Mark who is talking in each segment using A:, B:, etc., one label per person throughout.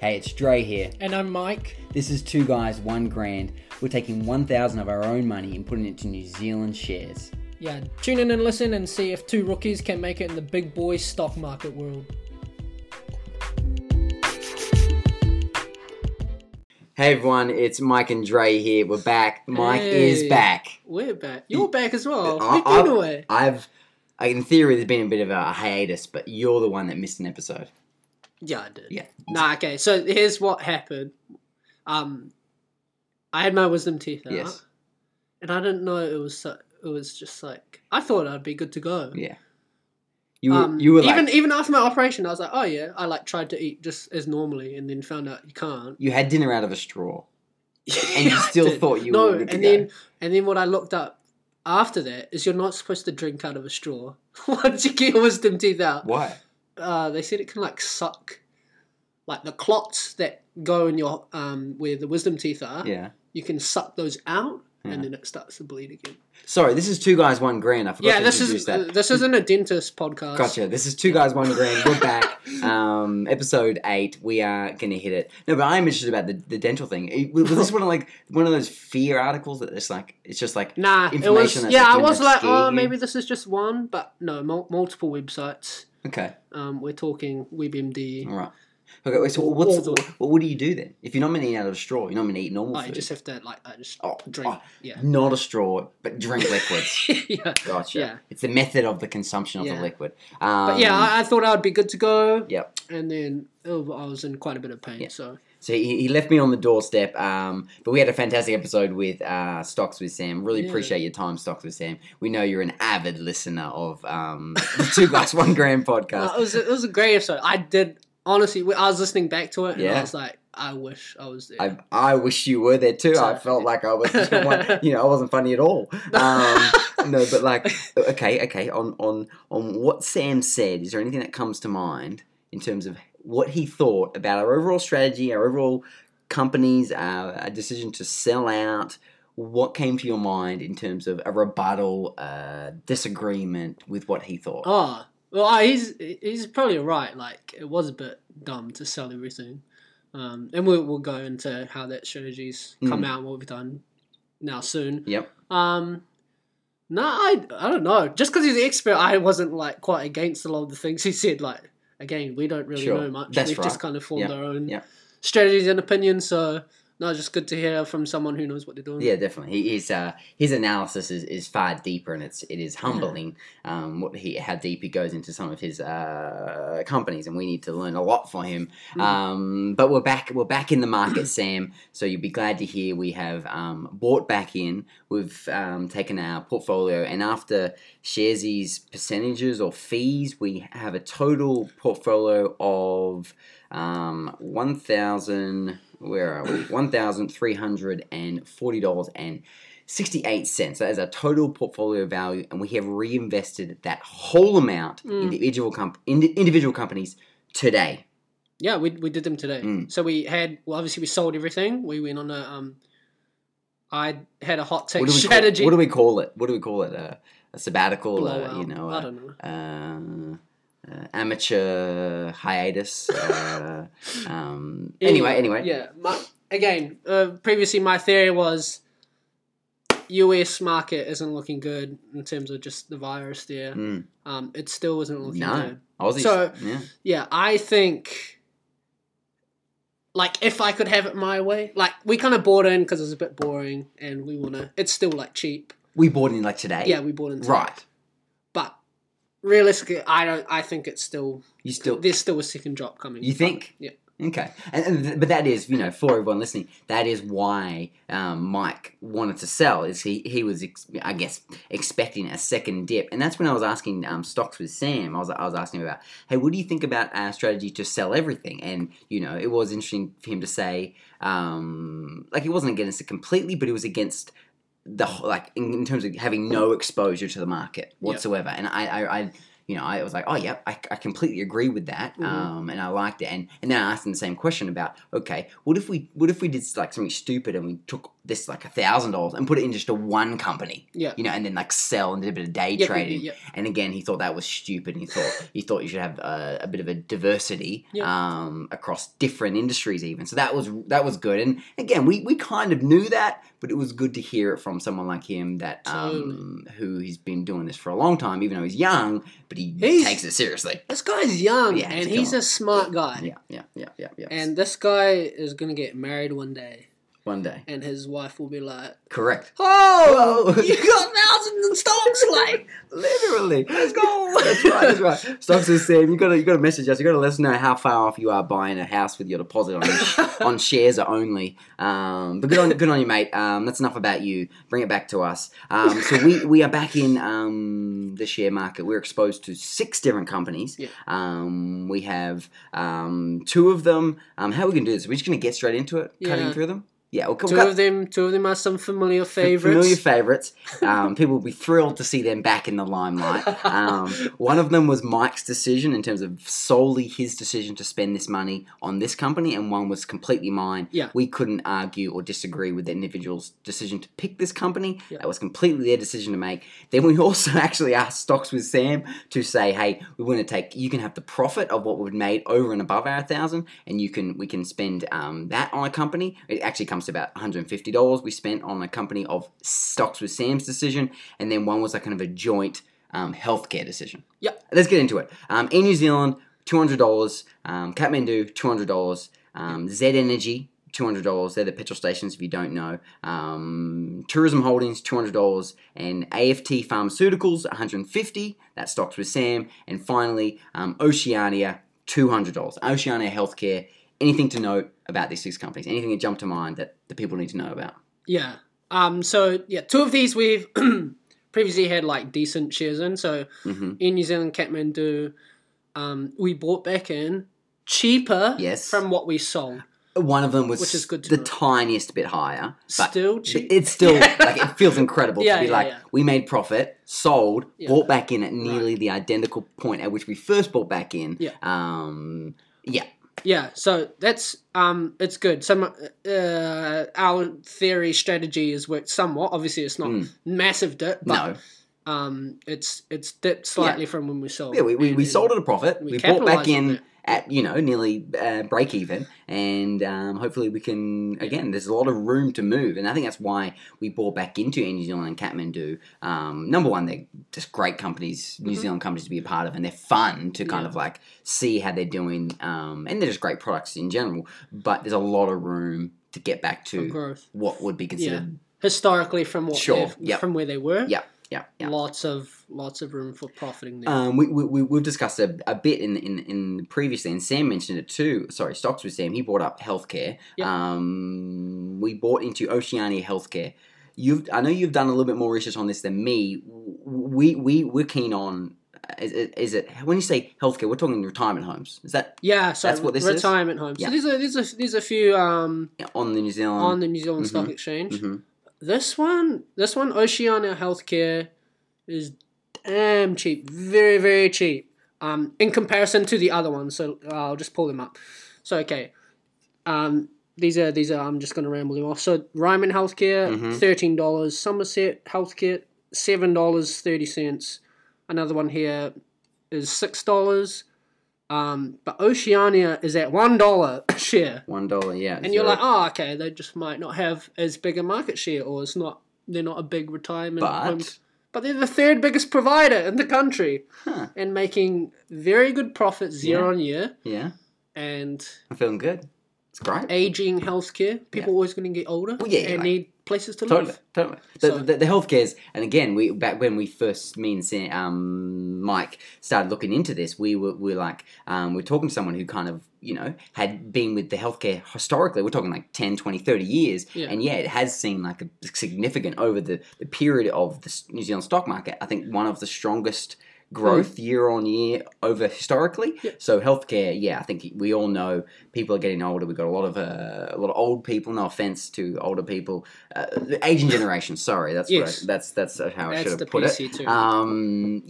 A: Hey, it's Dre here.
B: And I'm Mike.
A: This is Two Guys, One Grand. We're taking 1,000 of our own money and putting it to New Zealand shares.
B: Yeah, tune in and listen and see if two rookies can make it in the big boy stock market world.
A: Hey everyone, it's Mike and Dre here. We're back. Mike is
B: Hey.
A: back.
B: We're back. You're back as well.
A: I-
B: We've been
A: I've-
B: away.
A: I've, I- in theory, there's been a bit of a hiatus, but you're the one that missed an episode.
B: Yeah, I did.
A: Yeah.
B: Nah, okay. So here's what happened. Um, I had my wisdom teeth out,
A: Yes.
B: and I didn't know it was so, it was just like I thought I'd be good to go.
A: Yeah. You were,
B: Um,
A: you were like,
B: even even after my operation, I was like, oh yeah, I like tried to eat just as normally, and then found out you can't.
A: you had dinner out of a straw.
B: and
A: you still thought you
B: no,
A: were good to
B: and
A: go.
B: then and then what I looked up after that is you're not supposed to drink out of a straw once you get your wisdom teeth out.
A: Why?
B: Uh, they said it can like suck, like the clots that go in your um where the wisdom teeth are.
A: Yeah.
B: You can suck those out,
A: Yeah.
B: and then it starts to bleed again.
A: Sorry, this is Two Guys, One Grand. I forgot
B: yeah,
A: to
B: this
A: introduce
B: is
A: that.
B: this isn't a dentist podcast.
A: Gotcha. This is two guys, one grand. We're back. Um, episode eight. We are gonna hit it. No, but I'm interested about the, the dental thing. It- Was was this one of like one of those fear articles that it's like it's just like
B: Nah, it was
A: Information that's
B: yeah. I
A: gonna
B: was like,
A: scare
B: oh,
A: you.
B: maybe this is just one, but no, mul- multiple websites.
A: okay,
B: Um, we're talking WebMD.
A: all right. Okay, wait, so
B: All
A: what's
B: the-
A: what, what do you do then? If you're not meant to eat out of a straw, you're not meant to eat normal
B: I
A: food.
B: just have to like I just
A: Oh,
B: drink.
A: oh,
B: Yeah.
A: not a straw, but drink liquids.
B: yeah.
A: Gotcha.
B: Yeah.
A: It's the method of the consumption of
B: Yeah.
A: the liquid. Um,
B: But yeah, I, I thought I would be good to go.
A: Yep.
B: And then oh, I was in quite a bit of pain.
A: Yeah.
B: So
A: So he, he left me on the doorstep. Um, but we had a fantastic episode with uh, Stocks with Sam. Really
B: Yeah.
A: appreciate your time, Stocks with Sam. We know you're an avid listener of um, the Two Glass One Grand
B: Uh,
A: podcast.
B: it was a, it was a great episode. I did honestly. we- I was listening back to it, and
A: Yeah.
B: I was like, I wish I was there.
A: I, I wish you were there too. I
B: Sorry.
A: felt like I was, just one, you know, I wasn't funny at all. Um, no, but like, okay, okay. On on on what Sam said, is there anything that comes to mind in terms of what he thought about our overall strategy, our overall companies, our, our decision to sell out? What came to your mind in terms of a rebuttal, uh, disagreement with what he thought?
B: oh well, I, he's he's probably right. Like it was a bit dumb to sell everything. Um, and we'll, we'll go into how that strategy's come
A: Mm.
B: out, what we've done now soon.
A: Yep.
B: Um, no, I, I don't know. Just because he's an expert, I wasn't like quite against a lot of the things he said. Like again, we don't really
A: Sure.
B: know much.
A: That's
B: We've just
A: right.
B: kind of formed
A: Yeah.
B: our own
A: Yeah.
B: strategies and opinions. So no, it's just good to hear from someone who knows what they're doing.
A: Yeah, definitely. He, his uh, his analysis is, is far deeper, and it's it is humbling um, what he how deep he goes into some of his uh, companies, and we need to learn a lot from him.
B: Mm.
A: Um, but we're back we're back in the market, Sam. So you'll be glad to hear we have um, bought back in. We've um, taken our portfolio, and after Sharesy's percentages or fees, we have a total portfolio of um, one thousand. Where are we? One thousand three hundred and forty dollars and sixty-eight cents. That is our total portfolio value, and we have reinvested that whole amount
B: Mm.
A: into individual comp- indi individual companies today.
B: Yeah, we, we did them today.
A: Mm.
B: So we had well, obviously we sold everything. We went on a um, I had a hot
A: What
B: tech
A: do, we
B: strategy.
A: Call, what do we call it? What do we call it? A, a sabbatical, uh,
B: Blowout.
A: you know,
B: I
A: a,
B: don't
A: uh,
B: know.
A: uh, amateur hiatus. uh, um, anyway, anyway,
B: Yeah. My, again, uh, previously my theory was US market isn't looking good in terms of just the virus there.
A: Mm,
B: Um, it still isn't looking
A: No.
B: good.
A: Aussies,
B: So-
A: yeah,
B: Yeah, I think. Like if I could have it my way, like we kind of bought in because it was a bit boring, and we wanna. It's still like cheap.
A: we bought in like today.
B: Yeah, we bought in.
A: right.
B: but realistically, I don't. I think it's still
A: You still
B: there's still a second drop coming.
A: You think?
B: Yeah.
A: Okay, and, and th- but that is you know for everyone listening, that is why um, Mike wanted to sell. Is he he was ex- I guess expecting a second dip, and that's when I was asking um, stocks with Sam. I was I was asking about hey, what do you think about our strategy to sell everything? And you know it was interesting for him to say um, like he wasn't against it completely, but he was against the wh- like in, in terms of having no exposure to the market whatsoever. And I, I, I you know, I was like, oh yeah, I, I completely agree with that,
B: Mhm.
A: um, and I liked it. And and then I asked him the same question about, okay, what if we what if we did like something stupid and we took this like a thousand dollars and put it in just a one company,
B: Yeah.
A: you know, and then like sell and did a bit of day
B: Yep, yep,
A: trading.
B: yep, yep.
A: And again, he thought that was stupid. And he thought he thought you should have uh, a bit of a diversity
B: Yeah.
A: um, across different industries, even. So that was that was good. And again, we, we kind of knew that, but it was good to hear it from someone like him that um, who he's been doing this for a long time, even though he's young, but he
B: He's-
A: takes it seriously.
B: This guy's young
A: Yeah,
B: and
A: he's
B: he's
A: young.
B: a smart guy.
A: Yeah, yeah, yeah, yeah, yeah.
B: And this guy is gonna get married one day,
A: one day,
B: and his wife will be like,
A: correct.
B: "Oh,
A: Whoa.
B: you got thousands in stocks, like
A: Literally,
B: let's go."
A: That's right, that's right. Stocks is Sam. You gotta you gotta message us. You gotta let us know how far off you are buying a house with your deposit on on shares only. Um, but good on good on you, mate. Um, that's enough about you. Bring it back to us. Um, so we, we are back in um, the share market. We're exposed to six different companies.
B: Yeah.
A: Um, we have um, two of them. Um, how are we gonna do this? We're just gonna get straight into it, cutting
B: Yeah.
A: through them. Yeah, we'll, we'll
B: two
A: cut
B: of them, two of them are some familiar
A: fa-
B: favorites.
A: Familiar favourites. Um, people will be thrilled to see them back in the limelight. Um, one of them was Mike's decision in terms of solely his decision to spend this money on this company, and one was completely mine.
B: Yeah.
A: We couldn't argue or disagree with the individual's decision to pick this company.
B: Yeah.
A: That was completely their decision to make. Then we also actually asked Stocks with Sam to say, hey, we want to take, you can have the profit of what we've made over and above our thousand, and you can, we can spend um, that on a company. It actually comes to about $150 we spent on a company of Stocks with Sam's decision, and then one was like kind of a joint um, healthcare decision.
B: Yeah.
A: Let's get into it. Um, in New Zealand, $200. Um, Kathmandu, $200. Um, Z Energy, $200. They're the petrol stations if you don't know. Um, Tourism Holdings, $200. And AFT Pharmaceuticals, $150. That stocks with Sam. And finally, um, Oceania, $200. Oceania Healthcare. Anything to note about these six companies? Anything that jumped to mind that the people need to know about?
B: Yeah. Um. So yeah, two of these we've previously had like decent shares in. So
A: hmm
B: in New Zealand, Kathmandu, um, we bought back in cheaper
A: Yes.
B: from what we sold.
A: One of them was
B: Which is good to
A: the
B: know.
A: tiniest bit higher, but
B: Still cheap.
A: it's still like it feels incredible
B: Yeah,
A: to be
B: yeah,
A: like
B: yeah.
A: we made profit, sold,
B: Yeah.
A: bought back in at nearly the identical point at which we first bought back in.
B: Yeah.
A: Um. Yeah.
B: Yeah, so that's um, it's good. Some uh, our theory strategy has worked somewhat. Obviously, it's not
A: Mm.
B: massive dip, but
A: no.
B: um, it's it's dipped slightly from when we sold.
A: Yeah. We, we,
B: And-
A: we
B: and
A: sold at a profit.
B: we
A: We, bought back
B: capitalised on
A: in
B: that.
A: at you know nearly uh, break even, and um, hopefully we can again. There's a lot of room to move, and I think that's why we bought back into Air New Zealand and Kathmandu. Um, number one, they're just great companies, New
B: Mhm.
A: Zealand companies to be a part of, and they're fun to kind
B: Yeah.
A: of like see how they're doing, um, and they're just great products in general. But there's a lot of room to get back
B: for
A: to
B: growth
A: what would be considered.
B: historically from what
A: Sure,
B: they've-
A: yep.
B: from where they were.
A: Yeah, yeah, yeah.
B: lots of lots of room for profiting there.
A: Um, we, we, we, we've discussed a, a bit in, in, in previously, and Sam mentioned it too. Sorry, stocks with Sam. He brought up healthcare.
B: Yep.
A: Um, we bought into Oceania Healthcare. You've, I know you've done a little bit more research on this than me. W- We, we, we're keen on, is, it- is it, when you say healthcare, we're talking retirement homes. Is that
B: yeah, so
A: that's what this is?
B: retirement home.
A: Yeah.
B: So there's a there's a there's a few um,
A: on the New Zealand?
B: on the New Zealand Stock
A: mhm,
B: Exchange.
A: Mhm.
B: This one, this one, Oceania Healthcare is damn cheap, very very cheap. Um, in comparison to the other one, so uh, I'll just pull them up. So okay, um, these are these are. I'm just gonna ramble them off. So Ryman Healthcare,
A: Mhm.
B: thirteen dollars. Somerset Healthcare, seven dollars thirty cents. Another one here is six dollars. Um, but Oceania is at one dollar a share
A: One dollar, yeah.
B: and you're like, oh, okay, they just might not have as big a market share, or it's not they're not a big retirement. home-
A: but,
B: but they're the third biggest provider in the country,
A: Huh.
B: and making very good profits year
A: Yeah.
B: on year.
A: yeah,
B: And
A: I'm feeling good. It's great.
B: aging healthcare, people always going to get older,
A: Well, yeah,
B: and
A: like-
B: need places to
A: Totally,
B: live.
A: totally. The,
B: So-
A: the, the healthcare's, and again, we back when we first me and Sam, um, Mike started looking into this, we were we were like um, we are talking to someone who kind of you know had been with the healthcare historically. We're talking like 10, 20, 30 years,
B: Yeah.
A: and yeah, it has seemed like a significant over the the period of the s- New Zealand stock market. I think one of the strongest
B: Mm-hmm.
A: growth year on year over historically.
B: Yep.
A: So healthcare, yeah, I think we all know people are getting older. We've got a lot of uh, a lot of old people. No offense to older people, uh, the aging generation. Sorry, that's
B: Yes.
A: what I, that's that's uh, how I
B: That's
A: should
B: the
A: have put it.
B: PC too.
A: Um,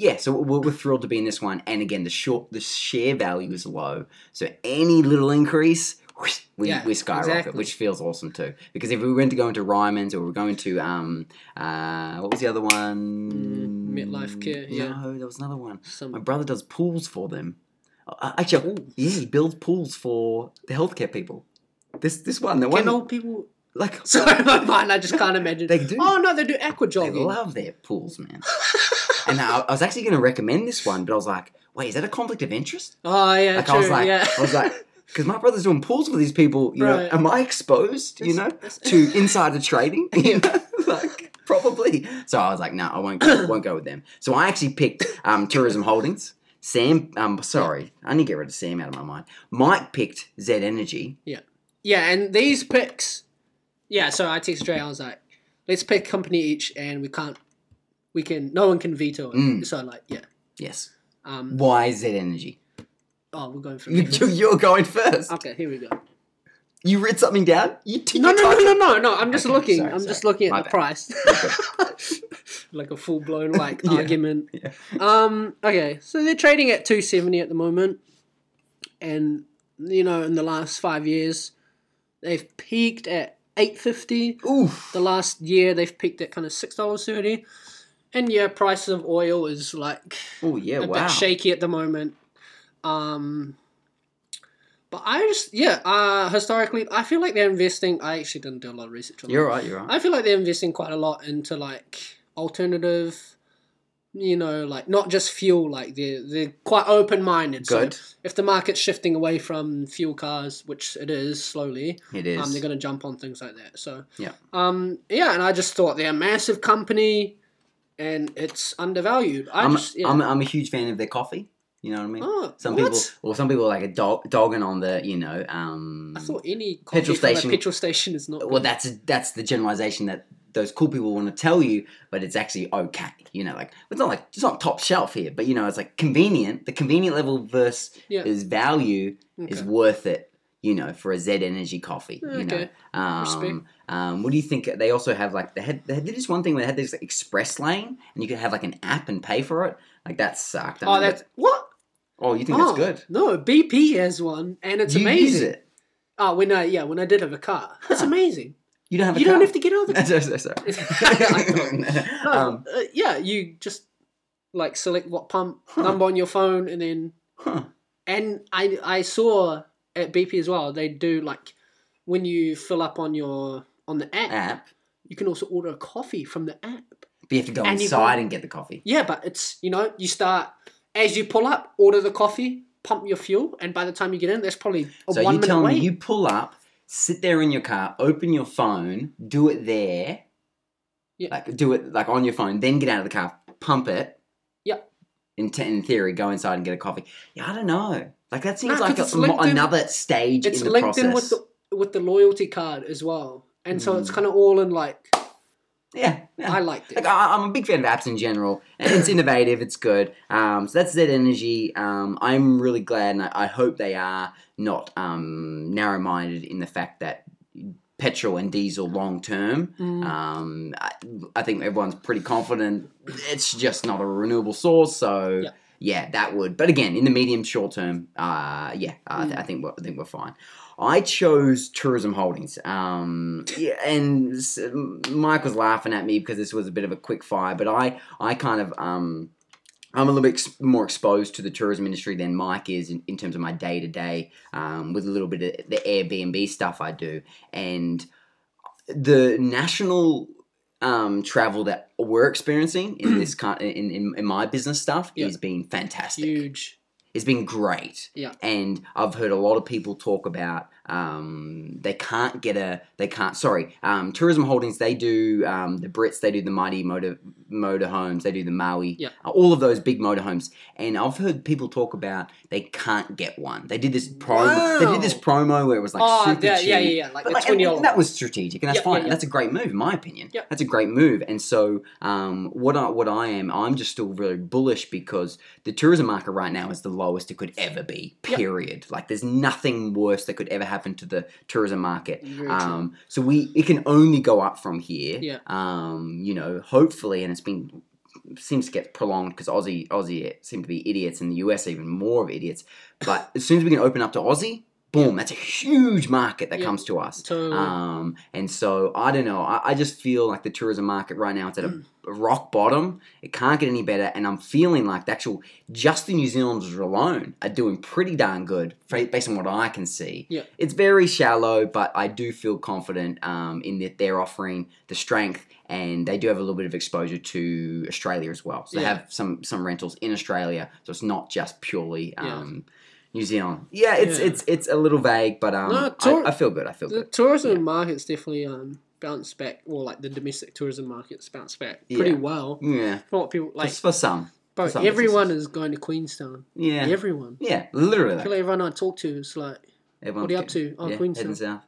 A: yeah, so we're, we're thrilled to be in this one. And again, the short the share value is low, so any little increase whoosh, we,
B: Yeah,
A: we skyrocket,
B: exactly.
A: which feels awesome too. Because if we went to go into Ryman's or we we're going to um uh what was the other one?
B: Mm, Metlife Care, yeah.
A: No, there was another one. My
B: Some
A: brother does pools for them. Uh, actually, yeah, he builds pools for the healthcare people. This this one, the
B: can
A: one
B: old people.
A: like
B: Sorry, my mind. I just can't imagine.
A: They do.
B: Oh no, they do aqua
A: They
B: jogging.
A: love their pools, man. and I, I was actually going to recommend this one, but I was like, wait, is that a conflict of interest?
B: oh yeah,
A: Like
B: true.
A: I was like,
B: yeah.
A: I was like, because my brother's doing pools for these people. You
B: Right.
A: know, am I exposed? You know,
B: That's-
A: to insider trading? You know, like probably. So I was like, no, I won't. Go, won't go with them. So I actually picked um, tourism holdings. Sam, um, sorry, I need to get rid of Sam out of my mind. Mike picked Z Energy.
B: Yeah, and these picks. Yeah, so I texted Dre. I was like, "Let's pick company each, and we can't. We can. No one can veto it.
A: Mm.
B: So like, yeah.
A: Yes.
B: Um.
A: Why Z Energy?
B: Oh, we're going for.
A: You, you- you're going first.
B: okay, here we go.
A: You read something down. You t-
B: No,
A: you
B: no,
A: typed
B: no, no, no, no. I'm just
A: Okay,
B: looking.
A: sorry,
B: I'm
A: sorry.
B: just looking at
A: My
B: the
A: bad.
B: price. like a full blown like
A: Yeah.
B: argument.
A: Yeah.
B: Um. Okay, so they're trading at two seventy at the moment, and you know, in the last five years, they've peaked at eight fifty.
A: Oof.
B: the last year they've peaked at kind of six dollars thirty, and yeah, prices of oil is like
A: Oh yeah,
B: a
A: wow.
B: bit shaky at the moment. Um, but I just yeah, uh, historically I feel like they're investing. I actually didn't do a lot of research on.
A: You're
B: that.
A: right. You're right.
B: I feel like they're investing quite a lot into like alternative. You know, like not just fuel. Like they're they're quite open minded.
A: Good.
B: So if the market's shifting away from fuel cars, which it is slowly,
A: It is.
B: um, they're going to jump on things like that. So
A: Yeah.
B: um, yeah, and I just thought they're a massive company, and it's undervalued. I
A: I'm,
B: just yeah.
A: I'm, I'm a huge fan of their coffee. You know what I mean?
B: oh,
A: Some
B: what?
A: people, or some people are like a dog, dogging on the, you know, um.
B: I thought any coffee
A: Petrol
B: petrol station.
A: station-
B: petrol station is not.
A: well,
B: good.
A: that's that's the generalization that those cool people want to tell you, but it's actually okay. You know, like it's not like it's not top shelf here, but you know, it's like convenient. The convenient level versus
B: Yeah.
A: is value is
B: Okay.
A: worth it. You know, for a Z Energy coffee. You know,
B: Okay. Respect.
A: Um, um, what do you think? They also have like they had they did this one thing where they had this express lane, and you could have like an app and pay for it. Like that sucked. I
B: Oh,
A: mean,
B: that's
A: but-
B: what?
A: oh, you think
B: Oh,
A: that's good?
B: No, BP has one, and it's
A: you
B: amazing.
A: use it.
B: Oh, when I yeah, when I did have a car, it's
A: Huh.
B: amazing.
A: You don't have. A
B: you
A: car.
B: don't have to get out of the car.
A: sorry, sorry, sorry.
B: I don't. No,
A: um,
B: uh, yeah, you just like select what pump
A: Huh.
B: number on your phone, and then
A: huh.
B: And I I saw at BP as well. They do like when you fill up on your on the app,
A: app,
B: you can also order a coffee from the app.
A: but you have to go
B: And you
A: inside
B: can-
A: and get the coffee.
B: Yeah, but it's you know you start as you pull up, order the coffee, pump your fuel, and by the time you get in, that's probably a
A: So
B: one
A: you
B: minute
A: tell me
B: wait.
A: you pull up, sit there in your car, open your phone, do it there,
B: Yeah.
A: like do it like on your phone, then get out of the car, pump it.
B: Yeah.
A: In, te- in theory, go inside and get a coffee. Yeah, I don't know. Like that seems
B: 'cause
A: like a,
B: it's linked in-
A: another stage
B: it's
A: in the
B: linked
A: process.
B: in with the with the loyalty card as well, and so it's
A: Mm.
B: kind of all in like
A: yeah, yeah.
B: I liked it.
A: Like I, I'm a big fan of apps in general. It's innovative. It's good. Um, so that's Z Energy. Um, I'm really glad, and I, I hope they are not um, narrow-minded in the fact that petrol and diesel long term.
B: Mm.
A: Um, I, I think everyone's pretty confident. It's just not a renewable source, so.
B: Yeah.
A: Yeah. that would. But again, in the medium short term, uh, yeah, I, th-
B: Mm.
A: I think we're, I think we're fine. I chose tourism holdings. Um, yeah, and s- Mike was laughing at me because this was a bit of a quick fire, but I, I kind of, um, I'm a little bit ex- more exposed to the tourism industry than Mike is in, in terms of my day to day, um, with a little bit of the Airbnb stuff I do, and the national um, travel that we're experiencing in this kind, in, in, in my business stuff
B: Mm. Yeah.
A: is being fantastic
B: Huge.
A: it's been great.
B: Yeah.
A: And I've heard a lot of people talk about um, they can't get a they can't sorry um, tourism holdings they do um, the Brits they do the mighty motor motor homes they do the Maui
B: Yeah.
A: uh, all of those big motor homes and I've heard people talk about they can't get one they did this promo they
B: Wow.
A: did this promo where it was like
B: oh,
A: super
B: yeah,
A: cheap
B: yeah, yeah, yeah. Like
A: but
B: the
A: like, and-
B: twenty
A: and
B: dollars.
A: that was strategic, and that's
B: Yeah,
A: fine.
B: yeah,
A: and
B: yeah.
A: That's a great move, in my opinion.
B: Yeah.
A: That's a great move. And so, um, what I what I am, I'm just still really bullish because the tourism market right now is the lowest it could ever be.
B: Yeah.
A: Period. Like, there's nothing worse that could ever happen to the tourism market.
B: Very true.
A: Um, so we it can only go up from here.
B: Yeah.
A: Um, you know, hopefully, and it's been seems to get prolonged because Aussie Aussie seem to be idiots, and the US even more of idiots. But as soon as we can open up to Aussie, boom, that's a huge market that
B: Yeah.
A: comes to us.
B: Totally.
A: Um, and so I don't know. I, I just feel like the tourism market right now it's at a
B: Mm.
A: rock bottom. It can't get any better, and I'm feeling like the actual just the New Zealanders alone are doing pretty darn good fra- based on what I can see.
B: Yeah.
A: it's very shallow, but I do feel confident um, in that they're offering the strength, and they do have a little bit of exposure to Australia as well. So they
B: Yeah.
A: have some some rentals in Australia, so it's not just purely.
B: Yeah.
A: Um, New Zealand, yeah, it's
B: Yeah.
A: it's it's a little vague, but um,
B: No, tour-
A: I, I feel good. I feel
B: The
A: good.
B: tourism
A: Yeah.
B: market's definitely um bounced back, or like the domestic tourism market's bounced back pretty
A: Yeah.
B: well.
A: Yeah,
B: For what people like,
A: just for some.
B: bro,
A: some
B: everyone
A: businesses.
B: is going to Queenstown.
A: Yeah, yeah,
B: Everyone,
A: literally.
B: Actually, everyone I talk to is like,
A: Everyone's
B: what are you up
A: getting-
B: to? Oh,
A: yeah, heading
B: Queenstown.
A: south.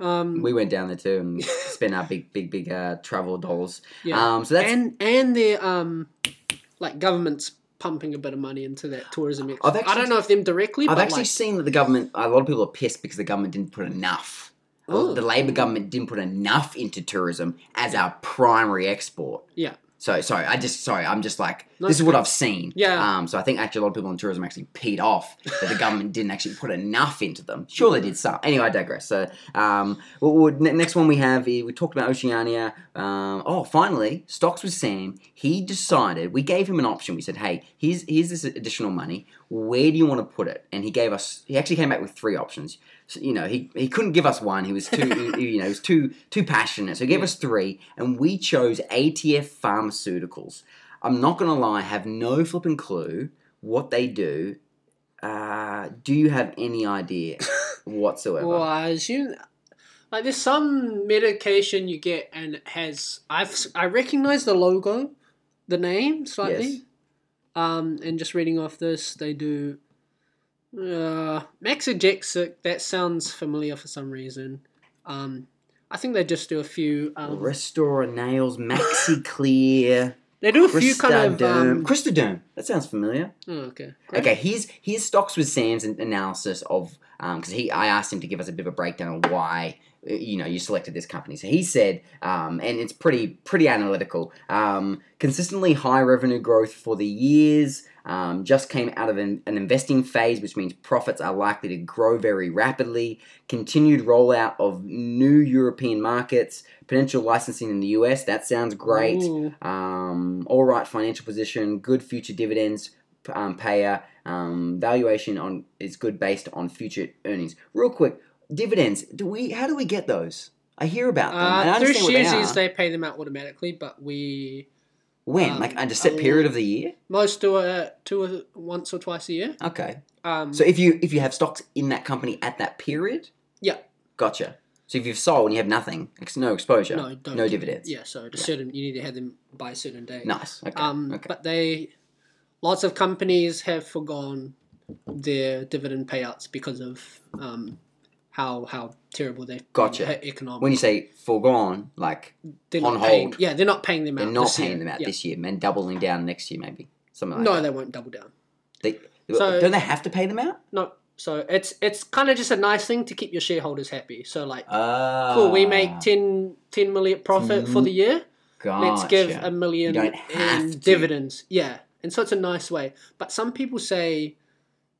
B: Um,
A: We went down there too and spent our big, big, big uh, travel dollars.
B: yeah,
A: Um, so that's.
B: and and their um, like governments pumping a bit of money into that tourism. ex-
A: I've
B: I
A: actually-
B: don't know if them directly,
A: I've
B: but
A: actually
B: like,
A: seen that the government. A lot of people are pissed because the government didn't put enough.
B: Ooh.
A: The Labor government didn't put enough into tourism as our primary export.
B: yeah,
A: So sorry, I just sorry, I'm just like
B: No,
A: this is
B: it's
A: what
B: good.
A: I've seen.
B: Yeah.
A: Um. So I think actually a lot of people in tourism actually peed off that the government didn't actually put enough into them. Sure, they did some. Anyway, I digress. So um, what what- ne- next one we have is we talked about Oceania. Um. Oh, finally, stocks with Sam. He decided we gave him an option. We said, hey, here's here's this additional money. Where do you want to put it? And he gave us. He actually came back with three options. So, you know, he, he couldn't give us one. He was too, he- you know, he was too too passionate. So he gave us three, and we chose ATF Pharmaceuticals. I'm not gonna lie, have no flipping clue what they do. Uh, do you have any idea whatsoever?
B: Well, I assume like there's some medication you get and it has I've s- I recognize the logo, the name slightly.
A: Yes.
B: Um, and just reading off this, they do uh, Maxigesic. That sounds familiar for some reason. Um, I think they just do a few. Um,
A: Restora nails, Maxi Clear,
B: they do a few kind of.
A: Cristaderm.
B: Um,
A: Cristaderm. That sounds familiar.
B: oh, okay. Great.
A: Okay, here's here's stocks with Sam's an- analysis of because he I asked him to give us a bit of a breakdown of why uh, you know you selected this company. So he said, um, and it's pretty pretty analytical. Um, consistently high revenue growth for the years. Um, just came out of an, an investing phase, which means profits are likely to grow very rapidly. Continued rollout of new European markets, potential licensing in the US. That sounds great
B: Ooh,
A: um, all right financial position, good future dividends um, payer, um, valuation on is good based on future earnings. Real quick, dividends. Do we? How do we get those? I hear about them. and I
B: uh, through
A: understand what they
B: Sharesies,
A: are.
B: they pay them out automatically, but we
A: when?
B: um,
A: like at a set
B: a
A: period of the year?
B: most do it two or, once or twice a year.
A: Okay.
B: Um,
A: So if you if you have stocks in that company at that period,
B: yeah,
A: gotcha. So if you've sold and you have nothing, ex- no exposure,
B: No, don't
A: no
B: give
A: dividends.
B: Yeah, so at a
A: Yeah.
B: certain you need to have them by a certain date.
A: Nice. Okay.
B: Um,
A: okay.
B: but they, lots of companies have forgone their dividend payouts because of um, how how terrible they
A: Gotcha.
B: economic.
A: When you say foregone, like
B: they're
A: on
B: not paying,
A: hold.
B: yeah, they're not paying them out.
A: they're not
B: this
A: paying
B: year.
A: them out
B: Yeah.
A: this year and doubling down next year maybe something like
B: no,
A: that.
B: they won't double down.
A: They, uh,
B: So-
A: don't they have to pay them out?
B: No, so it's it's kind of just a nice thing to keep your shareholders happy. So like,
A: Uh,
B: cool, we make 10, 10 million profit for the
A: Mm-hmm.
B: year. let's give a million
A: You don't have to.
B: in dividends. Yeah, and so it's a nice way. But some people say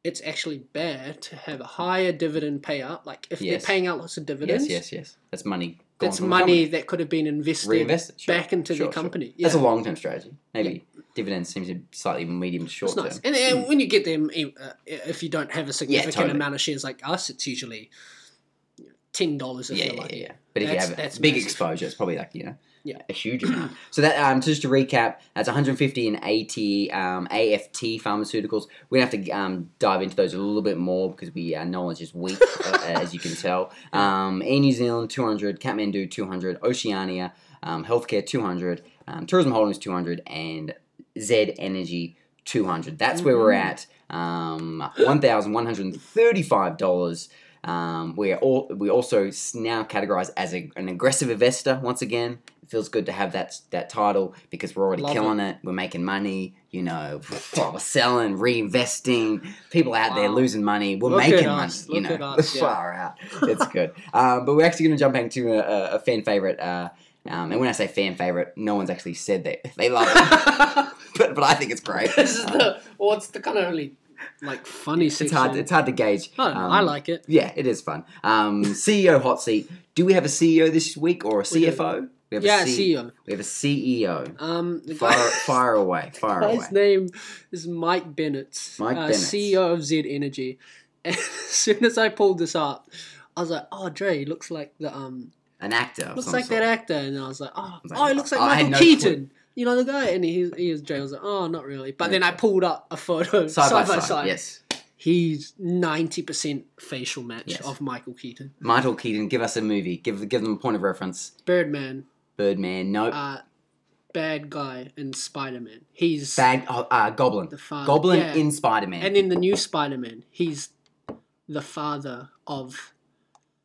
B: it's actually bad to have a higher dividend payout. Like if
A: Yes.
B: they're paying out lots of
A: yes,
B: dividends,
A: yes, yes. That's money. gone
B: that's
A: from the
B: money
A: company.
B: that could have been invested
A: Reinvested sure.
B: back into
A: Sure,
B: the
A: sure.
B: company.
A: That's a
B: Yeah,
A: long term strategy. Maybe dividends seems to be slightly medium to short
B: it's
A: term.
B: nice. And, and when you get them, e- uh, if you don't have a significant
A: totally.
B: amount of shares like us, it's usually ten dollars if
A: Yeah,
B: you're
A: yeah,
B: lucky.
A: yeah. But if you
B: That's-
A: have
B: that's
A: a big
B: massive.
A: exposure, it's probably like you know
B: Yeah.
A: a huge amount. So that um, so just to recap, that's 150 and 80 um, AFT pharmaceuticals. We have to um, dive into those a little bit more because we our knowledge is weak, uh, as you can tell. Um, Air New Zealand 200, Kathmandu 200, Oceania um, Healthcare 200, um, Tourism Holdings 200, and Z Energy 200. That's where we're
B: Mm-hmm.
A: at. Um, $1,135. Um, we are all we also s- now categorize as a, an aggressive investor once again. It feels good to have that that title because we're already
B: Love
A: killing it. We're making money, you know. We're selling, reinvesting. People out there
B: Wow.
A: losing money. We're
B: Look at
A: making money.
B: us,
A: you
B: look
A: know,
B: at us, yeah.
A: far out. It's good. um, but we're actually going to jump into a, a, a fan favorite. Uh, um, and when I say fan favorite, no one's actually said that they love it, but, but I think it's great.
B: this is the well, it's the kind of only like funny
A: It's
B: section.
A: hard. It's hard to gauge.
B: I don't know, Oh, I
A: Um,
B: like it.
A: Yeah, it is fun. Um, CEO hot seat. Do we have a CEO this week or a
B: We do.
A: CFO? We have
B: Yeah,
A: a C- E
B: CEO.
A: We have a E CEO.
B: Um, the
A: Fire,
B: guy-
A: fire away. Fire away.
B: guy's name is Mike Bennett.
A: Mike
B: uh,
A: Bennett.
B: CEO of Z Energy. And as soon as I pulled this up, I was like, "Oh, Dre he looks like the um,
A: An actor. of
B: looks
A: some
B: like
A: sort.
B: that actor," and I was like, "Oh,
A: was like,
B: oh, he looks like
A: I had
B: Michael
A: no clue.
B: Keaton." You know the guy, and he he is Dre. I was like, "Oh, not really." But
A: No
B: then I pulled up a photo
A: Side, by, side, Yes.
B: He's ninety percent facial match
A: Yes.
B: of Michael Keaton.
A: Michael Keaton, give us a movie. Give give them a point of reference.
B: Birdman,
A: Birdman. Nope.
B: uh, bad guy, and Spider Man. He's
A: Bad. Oh, uh, Goblin.
B: the father.
A: Goblin
B: yeah.
A: in Spider Man.
B: And in the new Spider-Man, he's the father of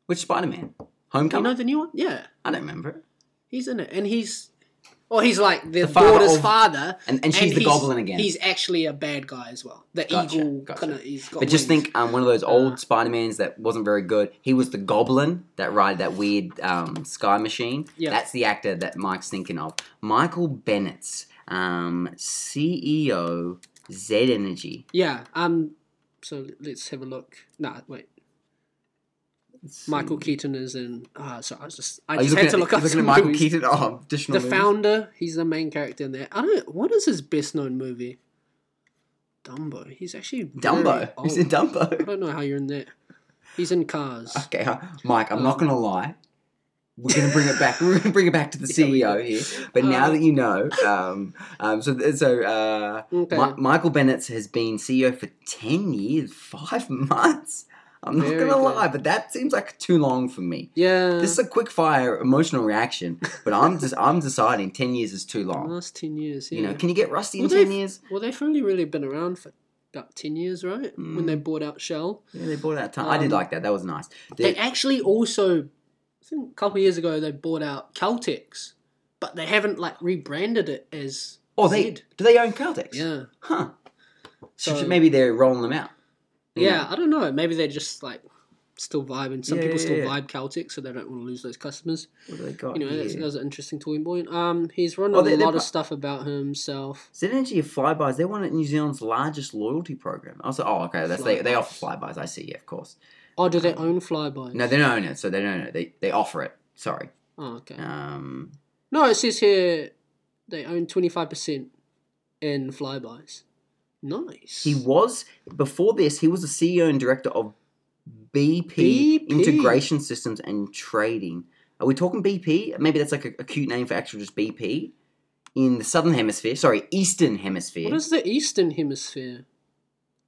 A: Which Spider Man?
B: you
A: Homecoming.
B: know the new one. Yeah,
A: I don't remember. it.
B: he's in it, and he's or he's like the,
A: The father
B: daughter's
A: of-
B: father,
A: And and she's the
B: he's-
A: Goblin again.
B: He's actually a bad guy as well. The
A: Gotcha,
B: eagle
A: gotcha.
B: kind of. He's got.
A: But just
B: wings.
A: think, um, one of
B: Uh.
A: those old Spider Mans that wasn't very good. He was the Goblin that ride that weird um, sky machine.
B: Yeah.
A: that's the actor that Mike's thinking of. Michael Bennett's um, CEO Z Energy.
B: Yeah. Um. So let's have a look. Nah, wait. Michael Keaton is in. Ah, sorry. I was just. I
A: Are you
B: just
A: looking
B: had
A: at,
B: to look
A: you
B: up
A: looking
B: some
A: at Michael
B: movies.
A: Keaton? Oh, additional
B: The
A: movies.
B: founder. He's the main character in there. I don't. What is his best known movie? Dumbo. He's actually very
A: Dumbo. Who's
B: old.
A: in
B: I
A: Dumbo?
B: don't know how you're in there. He's in cars.
A: Okay, uh, Mike. I'm not gonna lie. We're gonna bring it back. We're gonna bring it back to the
B: Yeah, we
A: CEO here. But now
B: Uh,
A: that you know, um, um, so so. Uh,
B: Okay.
A: Mi- Michael Bennett has been CEO for 10 years, 5 months. I'm not
B: Very
A: going to
B: good.
A: lie, but that seems like too long for me.
B: yeah.
A: This is a quick fire emotional reaction, but I'm just I'm deciding 10 years is too long.
B: last ten years. Yeah.
A: You know, can you get rusty in
B: Oh, Well, they've-
A: 10 years?
B: well, they've only really been around for about ten years, right? When
A: Mm.
B: they bought out Shell,
A: Yeah, they bought out time. I did
B: Um,
A: like that. That was nice.
B: they
A: They-
B: actually also, I think a couple of years ago, they bought out Caltex, but they haven't like rebranded it as.
A: oh, they
B: Zed.
A: do they own Caltex?
B: Yeah.
A: Huh. So,
B: So-
A: maybe they're rolling them out. You
B: Yeah.
A: know,
B: I don't know. Maybe they're just like still vibing. Some
A: Yeah,
B: people
A: yeah,
B: still
A: yeah.
B: vibe Caltex, so they don't want to lose those customers.
A: what do they got?
B: You know, that's,
A: here?
B: that was an interesting talking point. Um, he's run
A: Oh,
B: a
A: they- they
B: lot
A: pro-
B: of stuff about himself.
A: Zed Energy of Flybys, they're one of New Zealand's largest loyalty program. I was like, oh, okay, that's they, they offer Flybys. I see, yeah, of course.
B: Oh, do they own Flyby?
A: Uh, No, they don't own it, so they don't own it. They, they offer it. Sorry.
B: Oh, okay.
A: Um,
B: No, it says here they own 25% in flybys. Nice.
A: he was, before this, he was the CEO and director of BP,
B: BP.
A: Integration Systems and Trading. Are we talking BP? Maybe that's like a, a cute name for actual just BP. In the Southern Hemisphere, sorry, Eastern Hemisphere.
B: what is the Eastern Hemisphere?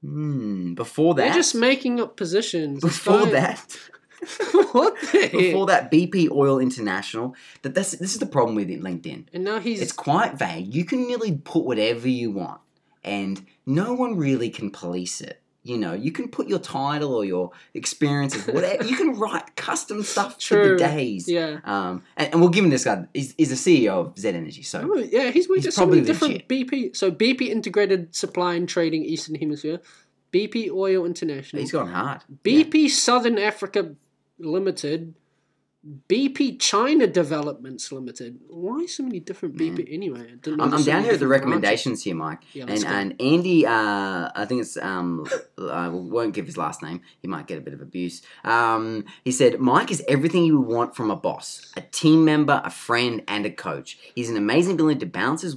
A: Hmm, before
B: They're
A: that,
B: just making up positions. It's
A: before
B: fine.
A: that,
B: what the heck?
A: before that, BP Oil International. That that's this is the problem with it, LinkedIn.
B: and now he's.
A: It's quite vague. You can nearly put whatever you want, and no one really can police it. You know, you can put your title or your experiences, whatever. you can write custom stuff for the
B: True.
A: days.
B: yeah.
A: Um, and, and we'll give him this guy. He's, he's the CEO of Z Energy, so
B: Oh, yeah, he's worked
A: He's
B: at so many
A: probably
B: different BP. So BP Integrated Supply and Trading Eastern Hemisphere, BP Oil International,
A: he's gone hard. Yeah.
B: BP Southern Africa Limited, BP China Developments Limited. Why so many different BP? Anyway, I didn't
A: Mm.
B: know
A: I'm,
B: there's
A: I'm
B: so
A: down
B: many
A: here at the
B: different branches.
A: recommendations here, Mike.
B: Yeah,
A: and
B: let's go.
A: and Andy, uh, I think it's um, I won't give his last name. He might get a bit of abuse. Um, he said Mike is everything you would want from a boss, a team member, a friend, and a coach. He's an amazing ability to balance his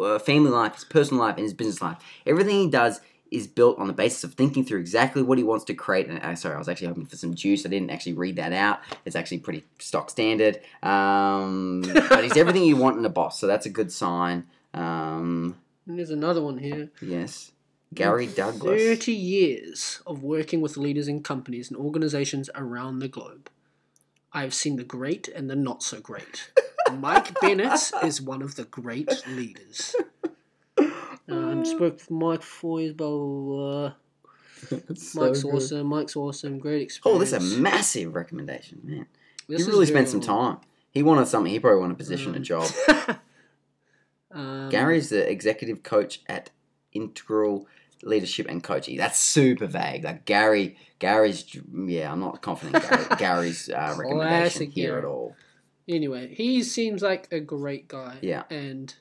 A: uh, family life, his personal life, and his business life. Everything he does is built on the basis of thinking through exactly what he wants to create. And uh, sorry, I was actually hoping for some juice. I didn't actually read that out. It's actually pretty stock standard. Um, but he's everything you want in a boss, so that's a good sign. Um,
B: And there's another one here.
A: Yes.
B: Mm.
A: Gary Douglas.
B: 30 years of working with leaders in companies and organizations around the globe. I have seen the great and the not so great. Mike Bennett is one of the great leaders. Um, spoke with Mike for years, blah, blah, blah. Mike's awesome. Mike's awesome. Great
A: Oh,
B: experience.
A: this is a massive recommendation, man.
B: This
A: you
B: is
A: really
B: very
A: spent some
B: well.
A: time. He wanted something. He probably wanted a position, a
B: Mm.
A: job.
B: Um,
A: Gary is the executive coach at Integral Leadership and Coaching. That's super vague. Like Gary, Gary's. Yeah, I'm not confident in Gary, Gary's uh, recommendation
B: Classic
A: here
B: Gary.
A: at all.
B: Anyway, he seems like a great guy.
A: Yeah.
B: And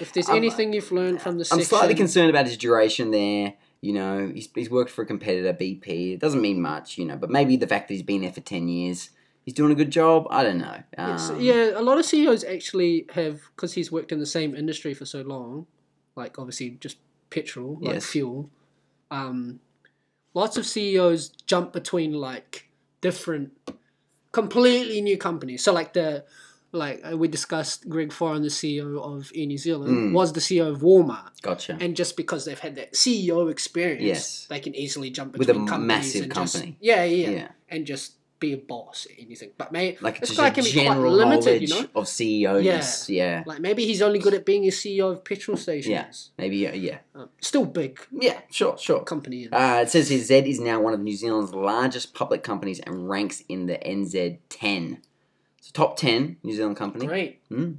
B: if there's
A: I'm-
B: anything you've learned from the
A: I'm
B: section,
A: slightly concerned about his duration there. You know, he's, he's worked for a competitor, BP. It doesn't mean much, you know, but maybe the fact that he's been there for 10 years, he's doing a good job. I don't know. Um,
B: It's- yeah, a lot of CEOs actually have because he's worked in the same industry for so long, like obviously just petrol, like
A: Yes.
B: fuel. Um, lots of CEOs jump between like different, completely new companies. So like the like uh, we discussed, Greg Foran, the CEO of Air New Zealand,
A: Mm.
B: was the CEO of Walmart,
A: Gotcha.
B: and just because they've had that CEO experience,
A: Yes.
B: they can easily jump
A: With a
B: between
A: m-
B: companies
A: massive
B: and just-
A: company.
B: yeah,
A: yeah.
B: yeah, yeah, and just be a boss at anything. But mate,
A: Like,
B: this
A: just
B: guy
A: a
B: can be quite
A: general
B: limited, you
A: knowledge
B: know.
A: of CEO-ness. Yeah.
B: Like maybe he's only good at being a CEO of petrol stations.
A: Maybe, uh, yeah.
B: Um, still big
A: Yeah, sure, sure.
B: company. and-
A: Uh, it says here Z is now one of New Zealand's largest public companies and ranks in the NZ 10. So top 10 New Zealand company.
B: Great.
A: Mm.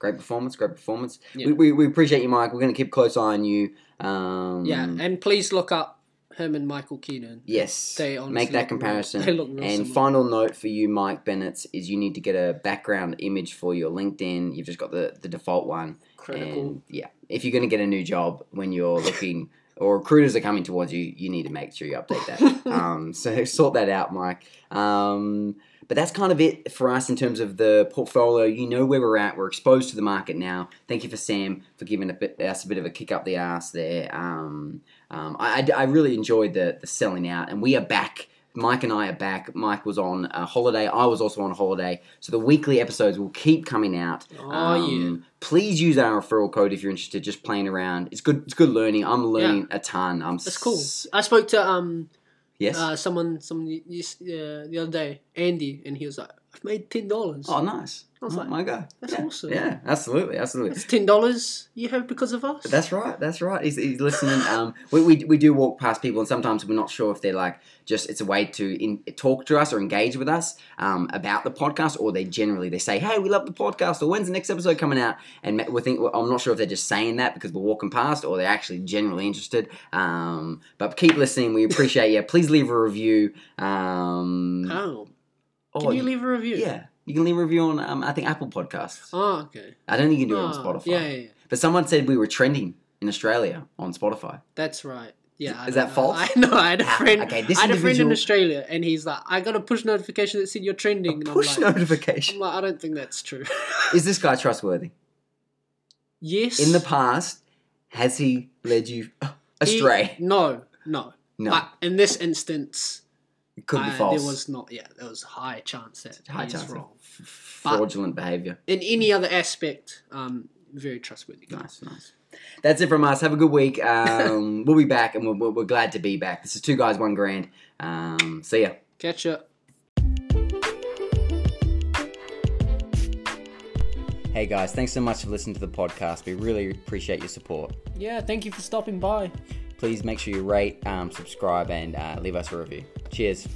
A: Great performance, great performance.
B: Yeah.
A: We, we, we appreciate you, Mike. We're going to keep a close eye on you. Um,
B: Yeah, and please look up him and Michael Keenan.
A: Yes.
B: They honestly
A: Make that
B: look real-
A: comparison.
B: they look real
A: and
B: similar.
A: final note for you, Mike Bennett, is you need to get a background image for your LinkedIn. You've just got the, the default one. And yeah, if you're going to get a new job when you're looking or recruiters are coming towards you, you need to make sure you update that. um, so sort that out, Mike. Um, but that's kind of it for us in terms of the portfolio. You know where we're at. We're exposed to the market now. Thank you for Sam for giving a bit, us a bit of a kick up the ass there. Um, um, I, I- I really enjoyed the, the selling out, and we are back. Mike and I are back. Mike was on a holiday. I was also on holiday. So the weekly episodes will keep coming out.
B: Oh yeah.
A: Um, Please use our referral code if you're interested. Just playing around. It's good. It's good learning. I'm learning a ton. I'm.
B: That's cool.
A: s-
B: I spoke to um
A: Yes.
B: uh, someone some uh, the other day, Andy, and he was like, "I've made ten dollars.
A: oh, nice.
B: I was
A: Oh,
B: like,
A: my God.
B: that's
A: yeah.
B: awesome.
A: Yeah, absolutely, absolutely.
B: It's ten dollars you have because of us."
A: That's right. That's right. He's, he's listening. Um, we, we, we do walk past people, and sometimes we're not sure if they're like just it's a way to in, talk to us or engage with us um, about the podcast, or they generally they say, "Hey, we love the podcast," or "When's the next episode coming out?" And we think I'm not sure if they're just saying that because we're walking past, or they're actually generally interested. Um, but keep listening. We appreciate you. Please leave a review. Um,
B: How?
A: oh,
B: Can you leave a review?
A: yeah, you can leave a review on um, I think Apple Podcasts.
B: Oh, okay.
A: I don't think you can do it on
B: Ah,
A: Spotify.
B: Yeah, yeah, yeah.
A: But someone said we were trending in Australia on Spotify.
B: That's right. Yeah. I
A: Is
B: don't
A: that
B: know.
A: false?
B: I know. I had a
A: Ah,
B: friend.
A: okay, this
B: I had a friend in
A: individual-
B: Australia, and he's like, "I got a push notification that said you're trending." And
A: Push
B: I'm like, I'm
A: notification.
B: like, I don't think that's true.
A: Is this guy trustworthy?
B: yes.
A: In the past, has he led you
B: he-
A: astray?
B: no, no,
A: No,
B: But in this instance,
A: it could be
B: I-
A: false.
B: there was not. Yeah, there was high chance that
A: High
B: he's
A: chance of
B: wrong.
A: f- fraudulent behaviour.
B: In any other aspect, um, very trustworthy. guy.
A: Nice, nice. That's it from us. Have a good week. Um, we'll be back, and we're, we're, we're glad to be back. This is two guys, one grand. Um, see ya.
B: Catch up.
A: Hey guys, thanks so much for listening to the podcast. We really appreciate your support.
B: Yeah. Thank you for stopping by.
A: Please make sure you rate, um, subscribe, and uh, leave us a review. Cheers.